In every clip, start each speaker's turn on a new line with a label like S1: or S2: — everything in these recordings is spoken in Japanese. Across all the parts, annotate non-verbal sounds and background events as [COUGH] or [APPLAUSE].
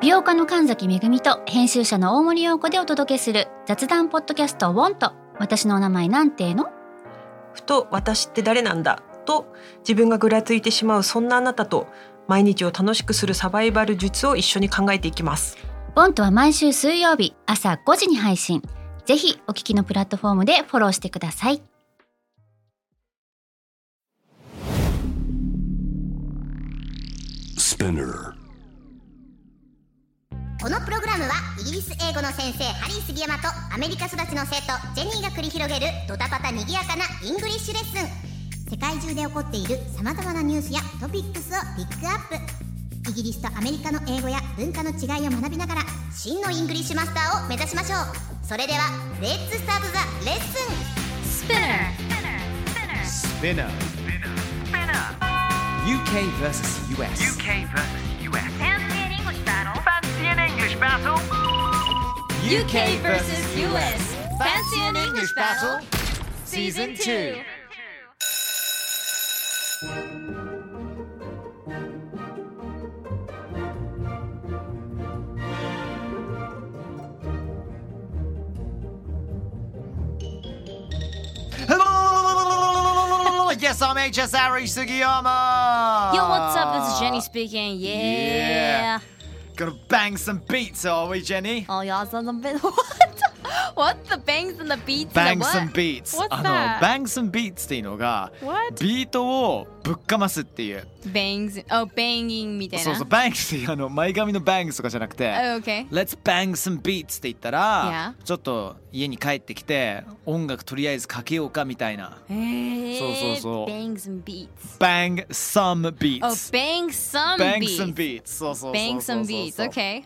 S1: 美容家の神崎めぐみと編集者の大森洋子でお届けする雑談ポッドキャストウォンと私のお名前なんての
S2: ふと私って誰なんだと自分がぐらついてしまうそんなあなたと毎日を楽しくするサバイバル術を一緒に考えていきます
S1: ウォンとは毎週水曜日朝5時に配信ぜひお聞きのプラットフォームでフォローしてください
S3: このプログラムはイギリス英語の先生ハリー杉山とアメリカ育ちの生徒ジェニーが繰り広げるドタパタにぎやかなイングリッシュレッスン世界中で起こっているさまざまなニュースやトピックスをピックアップイギリスとアメリカの英語や文化の違いを学びながら真のイングリッシュマスターを目指しましょうそれではレッツスタートザレッスン
S4: Spinner. UK versus US.
S5: UK versus US. Fancy an English battle. Fancy an English battle.
S4: UK versus US. Fancy an English battle? Season 2. Yes, I'm HS Ari Sugiyama.
S6: Yo, what's up? This is Jenny speaking.
S4: Yeah.
S6: Yeah.
S4: Gonna bang some beats, are we, Jenny?
S6: Oh, y'all sons of bitch. [LAUGHS] What? What the bangs and the beats? and
S4: Bang
S6: the what?
S4: some beats
S6: What's
S4: あの
S6: that?
S4: Bang some beats っていうのが
S6: What?
S4: ビートをぶっかますっていう
S6: Bangs. Oh, banging みたいな。
S4: そうそう Bang っていうあの前髪の Bang とかじゃなくて
S6: Oh, okay.
S4: Let's bang some beats って言ったらちょっと家に帰ってきて音楽とりあえずかけようかみたいな
S6: えー
S4: そうそうそう
S6: Bangs and beats.
S4: Bang some
S6: Oh,
S4: beats
S6: bang some
S4: Bang
S6: beats.
S4: some beats そうそうそうそうそう
S6: Bang some beats. Okay.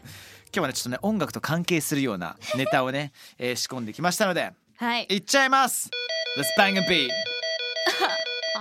S4: 今日はねちょっとね音楽と関係するようなネタをねえー仕込んできましたので
S6: はい。
S4: いっちゃいます Let's bang a beat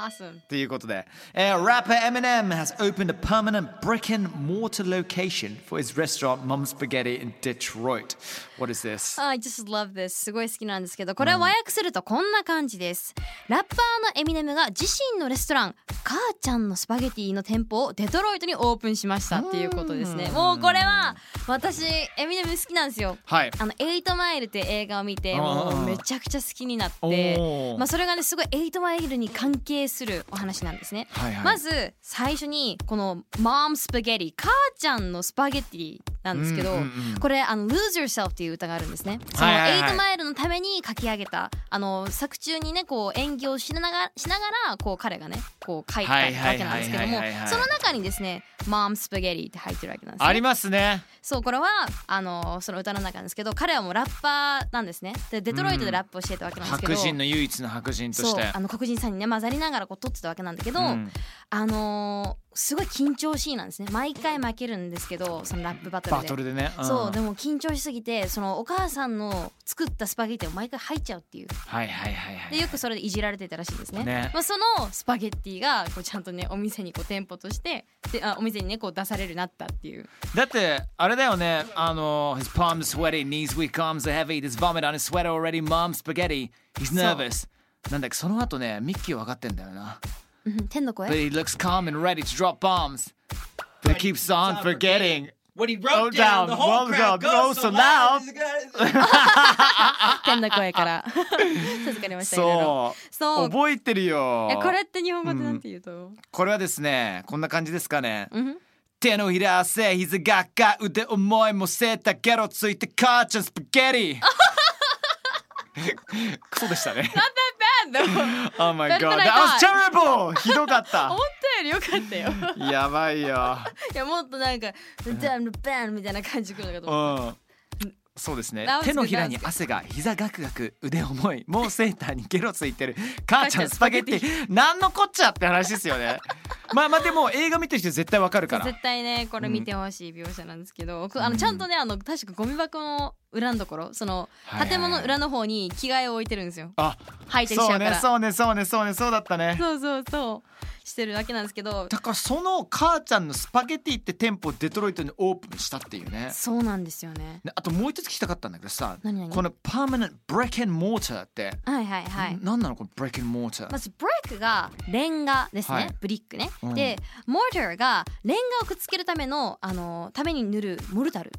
S6: Awesome.
S4: ということで、えー rapper Eminem has opened a permanent brick and mortar location for his restaurant Mom Spaghetti in Detroit. What is this?
S6: I just love this すごい好きなんですけどこれを和訳するとこんな感じです、ラッパーのエミネムが自身のレストラン母ちゃんのスパゲティの店舗をデトロイトにオープンしましたっていうことですねもうこれは私エミネム好きなんですよ
S4: はい。
S6: あの「エイトマイル」って映画を見て
S4: あー
S6: もうめちゃくちゃ好きになっ
S4: お
S6: て
S4: ー、
S6: まあ、それがねすごい「エイトマイル」に関係するお話なんですね、
S4: はいはい
S6: まず最初にこの「マームスパゲティ」母ちゃんのスパゲティなんですけど、
S4: うんうんうん
S6: これあの「Lose Yourself」っていう歌があるんですねその「
S4: はいはい
S6: エイ
S4: はい
S6: トマイル」のために書き上げたあの作中にねこう演技をしながらしながらこう彼がねこう書いたわけなんですけども
S4: はいはいはいはいはいはい
S6: その中にですね「マームスパゲティ」って入ってるわけなんですね
S4: ありますね。
S6: そうこれはあのその歌の中なんですけど彼はもうラッパーなんですねでデトロイトでラップをしてたわけなんですけど、
S4: 白人の唯一の白人とし
S6: そう
S4: て。
S6: あの黒人さんにね混ざりながらこう撮ってたわけなんだけど、
S4: うん
S6: あのーすごい緊張シーンなんですね毎回負けるんですけどそのラップバトル
S4: バ
S6: で
S4: トルでね。ん
S6: そうでも緊張しすぎてそのお母さんの作ったスパゲッティを毎回吐いちゃうっていう
S4: はいはいはいは
S6: で
S4: い。
S6: よくそれでいじられてたらしいですね
S4: ね
S6: まあ、そのスパゲッティがこうちゃんとねお店にこう店舗としてであお店にねこう出されるようになったっていう [LAUGHS]
S4: だってあれだよね。あの His palms sweaty, knees weak, arms are heavy. There's vomit on his sweater already. Mom spaghetti. He's nervous. なんだっけその後ねミッキーは分かってんだよな。
S6: うん天の声
S4: But he looks calm and ready to drop bombs. But he keeps on forgetting.
S7: What he wrote
S4: Oh, down.
S7: down, the whole
S4: Well done.
S7: crowd goes
S4: Oh,
S7: so
S4: so
S7: loud.
S4: loud.
S7: It's good.
S6: 天の声から [LAUGHS] 授かりましたいろいろ
S4: そう
S6: そう
S4: 覚えてるよ
S6: えこれって日本語でなんて言うと、
S4: これはですねこんな感じですかね、
S6: ん
S4: 手のひら汗膝がっか腕重いもせたゲロついて母ちゃんスパゲテ [LAUGHS] ィクソでしたね
S6: なんだ
S4: Oh my god
S6: That's what I
S4: that was terrible ひどか
S6: [LAUGHS]
S4: った
S6: 思ったよりよかったよ
S4: やばいよ
S6: [LAUGHS] いやもっとなんか「ダンバン」みたいな感じくるのかと
S4: う
S6: 思っ
S4: んそうですね
S6: That was
S4: 手のひら
S6: good,
S4: に
S6: that was
S4: 汗が膝ガクガク腕重いもうセーターにゲロついてる母ちゃんスパゲティなんのこっちゃって話ですよ
S6: [LAUGHS]
S4: ねまあまあでも映画見てる人絶対わかるか
S6: た
S4: ら
S6: 絶対ねこれ見てほしい描写なんですけど、僕あのちゃんとねあの確かゴミ箱の裏のところその
S4: はいはい
S6: 建物の裏の方に着替えを置いてるんですよ
S4: あ
S6: 履いてきちゃうから
S4: そうねそうねそうねそうねそうだったね
S6: そうそうそうしてるだけなんですけど
S4: だからその母ちゃんのスパゲティって店舗をデトロイトにオープンしたっていうね
S6: そうなんですよね
S4: ねあともう一つ聞きたかったんだけどさ
S6: 何何
S4: このパーマネントブレックンモーターって、
S6: はいはいはい
S4: ん何なのこのブレックンモーター、
S6: まずブレックがレンガですね、
S4: はい
S6: ブリックね、
S4: うん
S6: でモルターがレンガをくっつけるためのあのために塗るモルタル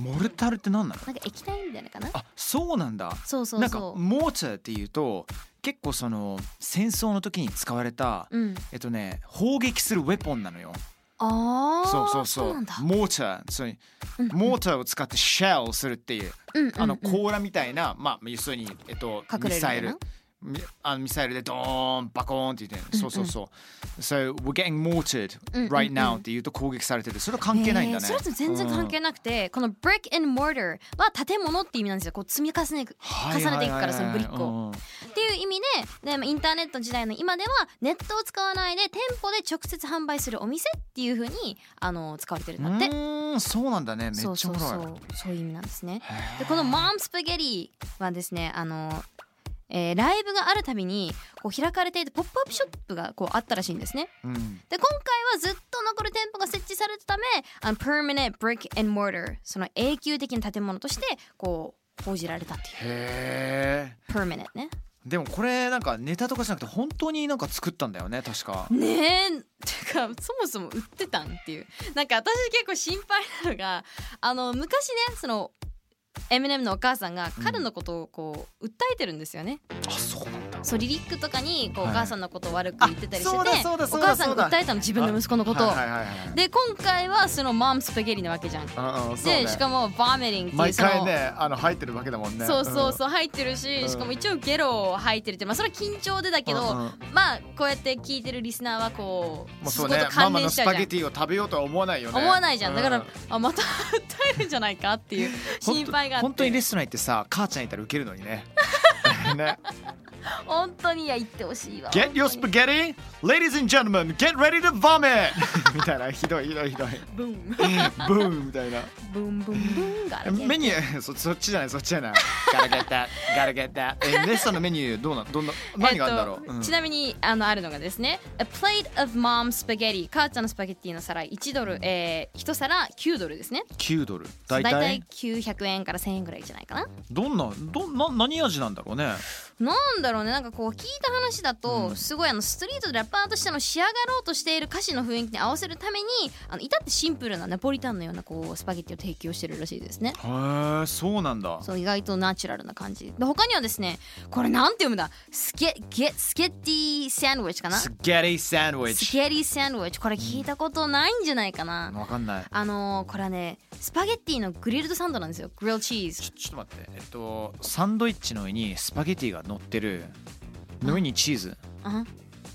S4: モルタルって何なの
S6: なんか液体みたいなのかな
S4: あそうなんだ
S6: そうそう
S4: なんか
S6: そ
S4: モーターっていうと結構その戦争の時に使われた、
S6: ううん
S4: えっとね砲撃するウェポンなのよ
S6: ああ
S4: そうそうそう
S6: なんだ
S4: モーターそう
S6: うん
S4: モーターを使ってシェルをするっていう
S6: うんうんうん
S4: あの甲羅みたいな、まあ、要するに、えっと、
S6: 隠
S4: ミ
S6: れるみた
S4: サ
S6: い
S4: イ
S6: な
S4: ルみあのミサイルでドーンバコーンって言って、そうそうそう。So we're getting mortared
S6: うんうん
S4: right now って言うと攻撃されてて、それは関係ないんだね。
S6: えーそれと全然関係
S4: ない。
S6: なくて、この brick and mortar は建物って意味なんですよこう積み重ねていく
S4: はい
S6: 重ねていくからそのブリックを、
S4: うんうん
S6: っていう意味ででまあインターネット時代の今ではネットを使わないで店舗で直接販売するお店っていう風にあの使われてるんだって
S4: うーん、そうなんだね。めっちゃ
S6: そ
S4: おもろ
S6: う
S4: い。
S6: そうそうそういう意味なんですね
S4: へー
S6: でこの「マンスパゲリ」はですねあの、えーライブがあるたびにこう開かれていてポップアップショップがこうあったらしいんですね
S4: うん
S6: で今回はずっと残る店舗が設置されたためあの Permanent Brick and Mortar その永久的な建物としてこう報じられたっていう
S4: へえ。
S6: Permanent ね
S4: でもこれなんかネタとかじゃなくて本当になんか作ったんだよね確か。
S6: ねえてかそもそも売ってたんっていうなんか私結構心配なのがあの昔ねその M&M のお母さんが彼のことをこう訴えてるんですよね、
S4: あそうなんだ。
S6: そうリリックとかにこうお
S4: はい
S6: 母さんのことを悪く言ってたりしてて、
S4: あそうだそうだそ
S6: お
S4: うだ
S6: 母さんが訴えたの自分の息子のことを、
S4: はいはいはいはい。
S6: で今回はそのマンスパゲリなわけじゃん
S4: うんうんそうね
S6: でしかもバーメリンっていう
S4: 毎
S6: その
S4: 回ねあの入ってるわけだもんね。
S6: そうそう
S4: う
S6: そう入ってるし、
S4: うん
S6: しかも一応ゲロを吐いてるってまあそれは緊張でだけど、
S4: うんうん
S6: まあこうやって聞いてるリスナーはこう
S4: もうそ
S6: そこ
S4: うね
S6: と
S4: マ
S6: 関
S4: マ
S6: 連
S4: の
S6: し
S4: ス
S6: ちゃう
S4: パ
S6: じゃん
S4: ゲティを食べようとは思わないよね
S6: 思わないじゃんだから、
S4: う
S6: あまた訴えるんじゃないかっ
S4: [LAUGHS]
S6: ていう心配があって
S4: 本当にレストラン行ってさ母ちゃんいたらウケるのに
S6: [LAUGHS]
S4: ねね
S6: 本当にいや言ってほしいわ
S4: Get your
S6: 本当に
S4: spaghetti Ladies and gentlemen Get ready to vomit [LAUGHS] みたいなひどいひどいひど
S6: [LAUGHS]
S4: い
S6: ブン
S4: ブーンみたいな
S6: ブンブンブンがあるね
S4: メニュ [LAUGHS] ーそそっちじゃないそっちじゃない Gotta get that Gotta get that えレストランのメニューどうなん
S6: [LAUGHS]
S4: どんな何があるんだろう、
S6: えっと
S4: うん
S6: ちなみにあのあるのがですね A plate of mom's spaghetti 母ちゃんのスパゲッティの皿1ドル、えー、1皿9ドルですね
S4: 9ドル
S6: だ
S4: 大
S6: いたい
S4: 体
S6: 900円から1000円ぐらいじゃないかな
S4: どんなどんな何味なんだろうね
S6: なんだろうねなんかこう聞いた話だと、
S4: うん
S6: すごいあのストリートでラッパーとしての仕上がろうとしている歌詞の雰囲気に合わせるためにあの至ってシンプルなナポリタンのようなこうスパゲッティを提供してるらしいですね
S4: へえそうなんだ
S6: そう意外とナチュラルな感じで他にはですねこれなんて読むんだスケゲスケッティサンドウィッチかな
S4: スゲティサンドイッ
S6: ス
S4: チ
S6: ケリーサンドウィッチこれ聞いたことないんじゃないかな、
S4: わかんない
S6: あのーこれはねスパゲッティのグリルドサンドなんですよグリルチーズ
S4: ちょちょっと待ってえっとサンドイッチの上にスパゲティが乗ってるの上にチーズ
S6: うん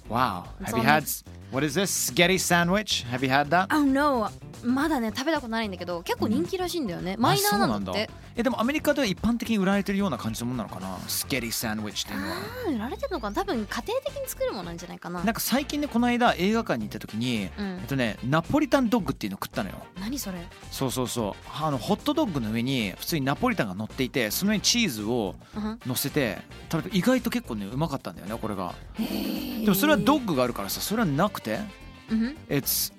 S4: Wow have
S6: そう
S4: you
S6: ね
S4: had what is this spaghetti sandwich have you had that
S6: Oh no まだね食べたことないんだけど結構人気らしいんだよね、マイナーなんだって
S4: あそうえでもアメリカでは一般的に売られてるような感じのものなのかなスゲティサンドイッチっていうのは
S6: あー売られてるのかな多分家庭的に作るものなんじゃないかな
S4: なんか最近ねこの間映画館に行った時に
S6: う
S4: え
S6: ん
S4: っとねナポリタンドッグっていうのを食ったのよ
S6: 何それ
S4: そうそうそうあのホットドッグの上に普通にナポリタンが乗っていてその上にチーズを
S6: うん
S4: 乗せて食べて意外と結構ねうまかったんだよねこれがでもそれはドッグがあるからさそれはなくて
S6: うん
S4: It's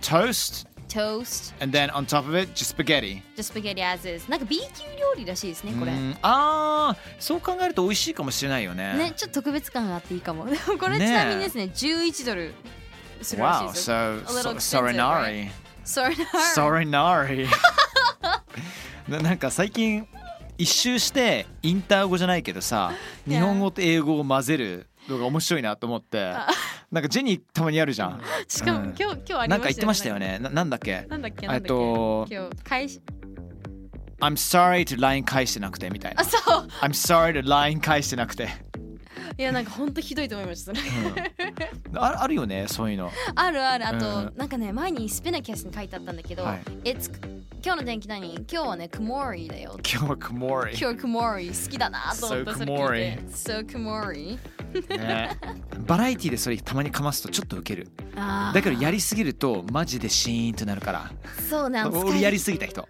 S4: toast
S6: トース
S4: and then on top of it just spaghetti
S6: トスパゲリア as is なんか B 級料理らしいですねこれ
S4: うーんあーそう考えると美味しいかもしれないよね
S6: ねちょっと特別感があっていいかもでもこれ
S4: ねえ
S6: ちなみにですね11ドルするらしい
S4: Wow
S6: ですよ
S4: so,
S6: little
S4: so
S6: expensive,
S4: sorinari
S6: Sorry
S4: sorinari [LAUGHS] ななんか最近一周してインター語じゃないけどさ日本語と英語を混ぜるのが面白いなと思ってなんかジェニーたまにやるじゃん
S6: [LAUGHS] しかも今日今日ありましたよね
S4: なんか言ってましたよねななんだっけ
S6: なんだっけ
S4: え
S6: な
S4: っ
S6: んだっけ
S4: と
S6: 今日開始
S4: I'm sorry to LINE 返してなくてみたいな
S6: あそう
S4: I'm sorry to LINE 返してなくて
S6: いやなんか本当ひどいと思いましたそれ
S4: ああるよねそういうの
S6: あるあるあと、
S4: う
S6: なんかね前にスペナキャスに書いてあったんだけど、
S4: はい
S6: It's 今日の天気何今日はね曇りだよ
S4: 今日は曇り
S6: 今日曇り好きだなと思った
S4: So
S6: それ聞いて So 曇り
S4: ね、バラエティでそれたまにかますとちょっとウケる
S6: あー
S4: だけどやりすぎるとマジでシーンとなるから
S6: そうなんです
S4: 俺やりすぎた人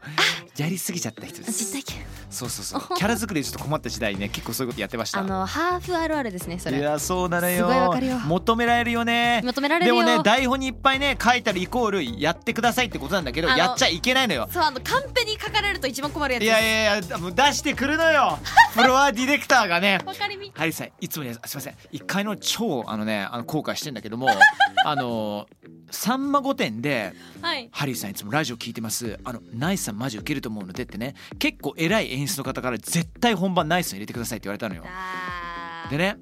S4: やりすぎちゃった人です
S6: 実体験
S4: そうそう
S6: [LAUGHS]
S4: そうキャラ作りでちょっと困った時代ね結構そういうことやってました
S6: あのハーフあるあるですねそ
S4: い
S6: れ
S4: やそうなの
S6: すごいわ
S4: よ
S6: かるよ
S4: 求められるよね
S6: 求められる
S4: で
S6: よ
S4: もね台本にいっぱいね書いたらイコールやってくださいってことなんだけど
S6: あの
S4: やっちゃいけないのよ
S6: そうあのカンペに書かれると一番困るやつ
S4: いやいやいやもう出してくるの
S6: [LAUGHS]
S4: よフロアディレクターがね
S6: わかりみ
S4: ハリーさんいつもねすいません一回の超あのねあの後悔してんだけ
S6: [LAUGHS]
S4: どもあの「さんま御殿」で
S6: はい
S4: ハリーさんいつもラジオ聞いてますあのナイスさんマジウケると思うのでってね結構偉い演出の方から絶対本番ナイスさん入れてくださいって言われたのよ
S6: あ
S4: でね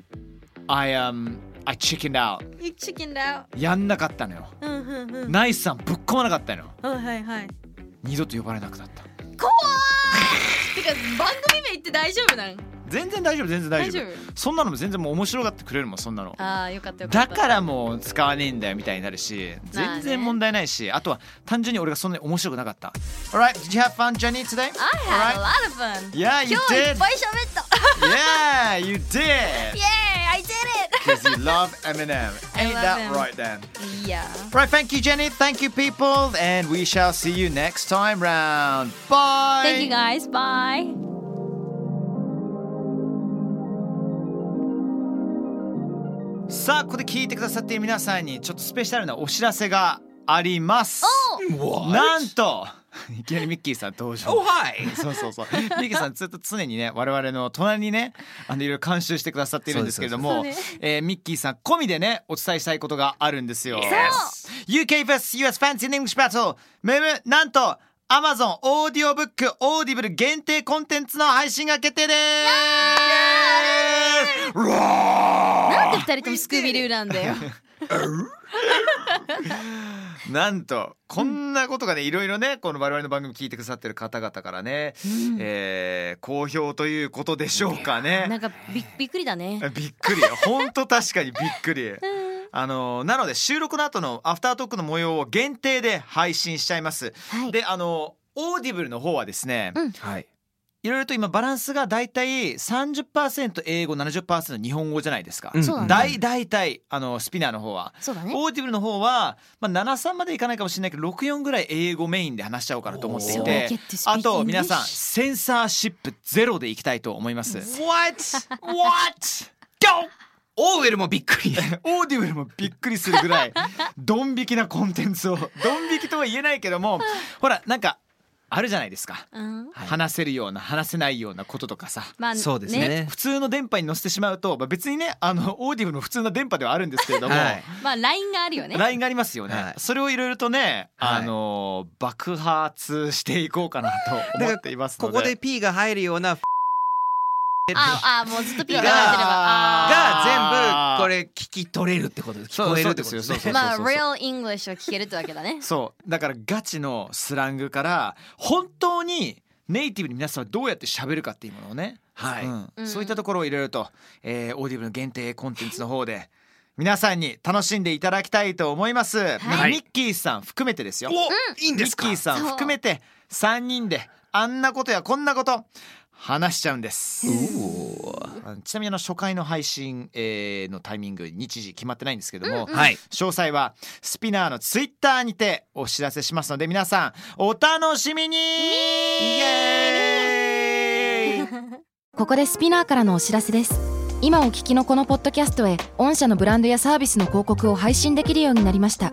S4: 「I am I chickened out
S6: ーチキンだよ」
S4: やんなかったのよ
S6: うんうんうん
S4: ナイスさんぶっ込まなかったのよ
S6: うんはいはい
S4: 二度と呼ばれなくなった
S6: 怖いてか番組名言って大丈夫なん
S4: 全然大丈夫全然大
S6: 大
S4: 丈
S6: 丈
S4: 夫
S6: 夫
S4: そんなのも全然もう面白がってくれるもんそんなの
S6: ああよかったよか
S4: だ
S6: った
S4: からもう使わねえんだよみたいになるし
S6: まあ
S4: 全
S6: ね
S4: 然問題ないしあとは単純に俺がそんなに面白くなかった Alright, did you have fun, Jenny, today?
S6: I had a lot of fun
S4: Yeah, you
S6: 今日い
S4: did! [LAUGHS]
S6: っぱい喋った [LAUGHS]
S4: Yeah, you did!
S6: Yay I did
S4: Because you love Eminem.
S6: I
S4: Ain't
S6: love
S4: that
S6: him.
S4: right then?
S6: it Yeah
S4: Right, thank you, Jenny. Thank you, people. And we shall see you next time round. Bye!
S6: Thank you guys bye
S4: you. さあ、ここで聞いてくださっている皆さんにちょっとスペシャルなお知らせがあります。なんといきなりミッキーさん登場。
S2: はい
S4: そうそうそう。ミッキーさんずっと常にね我々の隣にねあのいろいろ監修してくださっているんですけれども、えーミッキーさん込みでねお伝えしたいことがあるんですよ。UK vs US Fancy in English Battle メムなんと Amazon オーディオブックオーディブル限定コンテンツの配信が決定です。うわー
S6: なんで二人ともスクービールーなんだよ
S4: なんとこんなことがねいろいろねこの我々の番組聞いてくださってる方々からね、えー好評ということでしょうかね。
S6: なんかびびっくりだね
S4: びっくり本当確かにびっくり。あのなので収録の後のアフタートークの模様を限定で配信しちゃいます。
S6: はい
S4: であのオーディブルの方はですね、
S6: うん
S4: はいいろいろと今バランスがだいたい30%英語70%日本語じゃないですか。
S2: うん
S6: そうだね
S4: だいだいたいあのスピナーの方は。
S6: そうだね
S4: オーディブルの方は、まあ、73までいかないかもしれないけど64ぐらい英語メインで話しちゃおうかなと思ってい
S6: そう
S4: て
S6: get to speak
S4: あと皆さん
S6: English
S4: センサーシップゼロでいきたいと思います What? What?
S7: オーウェルもびっく
S4: [LAUGHS]
S7: り
S4: オーディブルもびっくりするぐらいドン引きなコンテンツをドン引きとは言えないけどもほらなんかあるじゃないですか、
S6: うん
S4: 話せるような話せないようなこととかさ
S6: まあ
S7: そうですね
S4: 普通の電波に乗せてしまうと、まあ、別にねあのオーディブルの普通の電波ではあるんですけれども、
S7: はい
S6: まあラインがあるよね
S4: ラインがありますよね。
S7: はい
S4: それをいろいろとね、
S7: は
S4: あ
S7: い
S4: のー爆発していこうかなと思っていますの
S7: こ
S4: で。
S7: こで P が入るようなが
S6: ああもうずっとピー
S4: が
S6: が鳴ってれば
S7: 全
S4: あー
S7: 部これ聞き取れるってことです聞こえるってことです
S4: そ
S7: ね
S4: うそうそうそう
S6: まあ real English を聞けるってわけだね
S4: そうだからガチのスラングから本当にネイティブに皆さんはどうやって喋るかっていうものをね、
S7: はい
S4: うん
S6: うん
S4: そういったところをいろいろと、えーオーディブルの限定コンテンツの方で皆さんに楽しんでいただきたいと思います、
S7: はい
S4: ミッキーさん含めてですよ、
S7: おいいん
S4: ミ
S7: です
S4: ッ
S7: か
S4: キーさん
S6: そう
S4: 含めて3人であんなことやこんなこと話しちゃうんですあのちなみにあの初回の配信、えーのタイミング日時決まってないんですけども、
S7: はい
S4: 詳細はスピナーのツイッターにてお知らせしますので皆さんお楽しみにイエーイ
S8: ここでスピナーからのお知らせです今お聞きのこのポッドキャストへ御社のブランドやサービスの広告を配信できるようになりました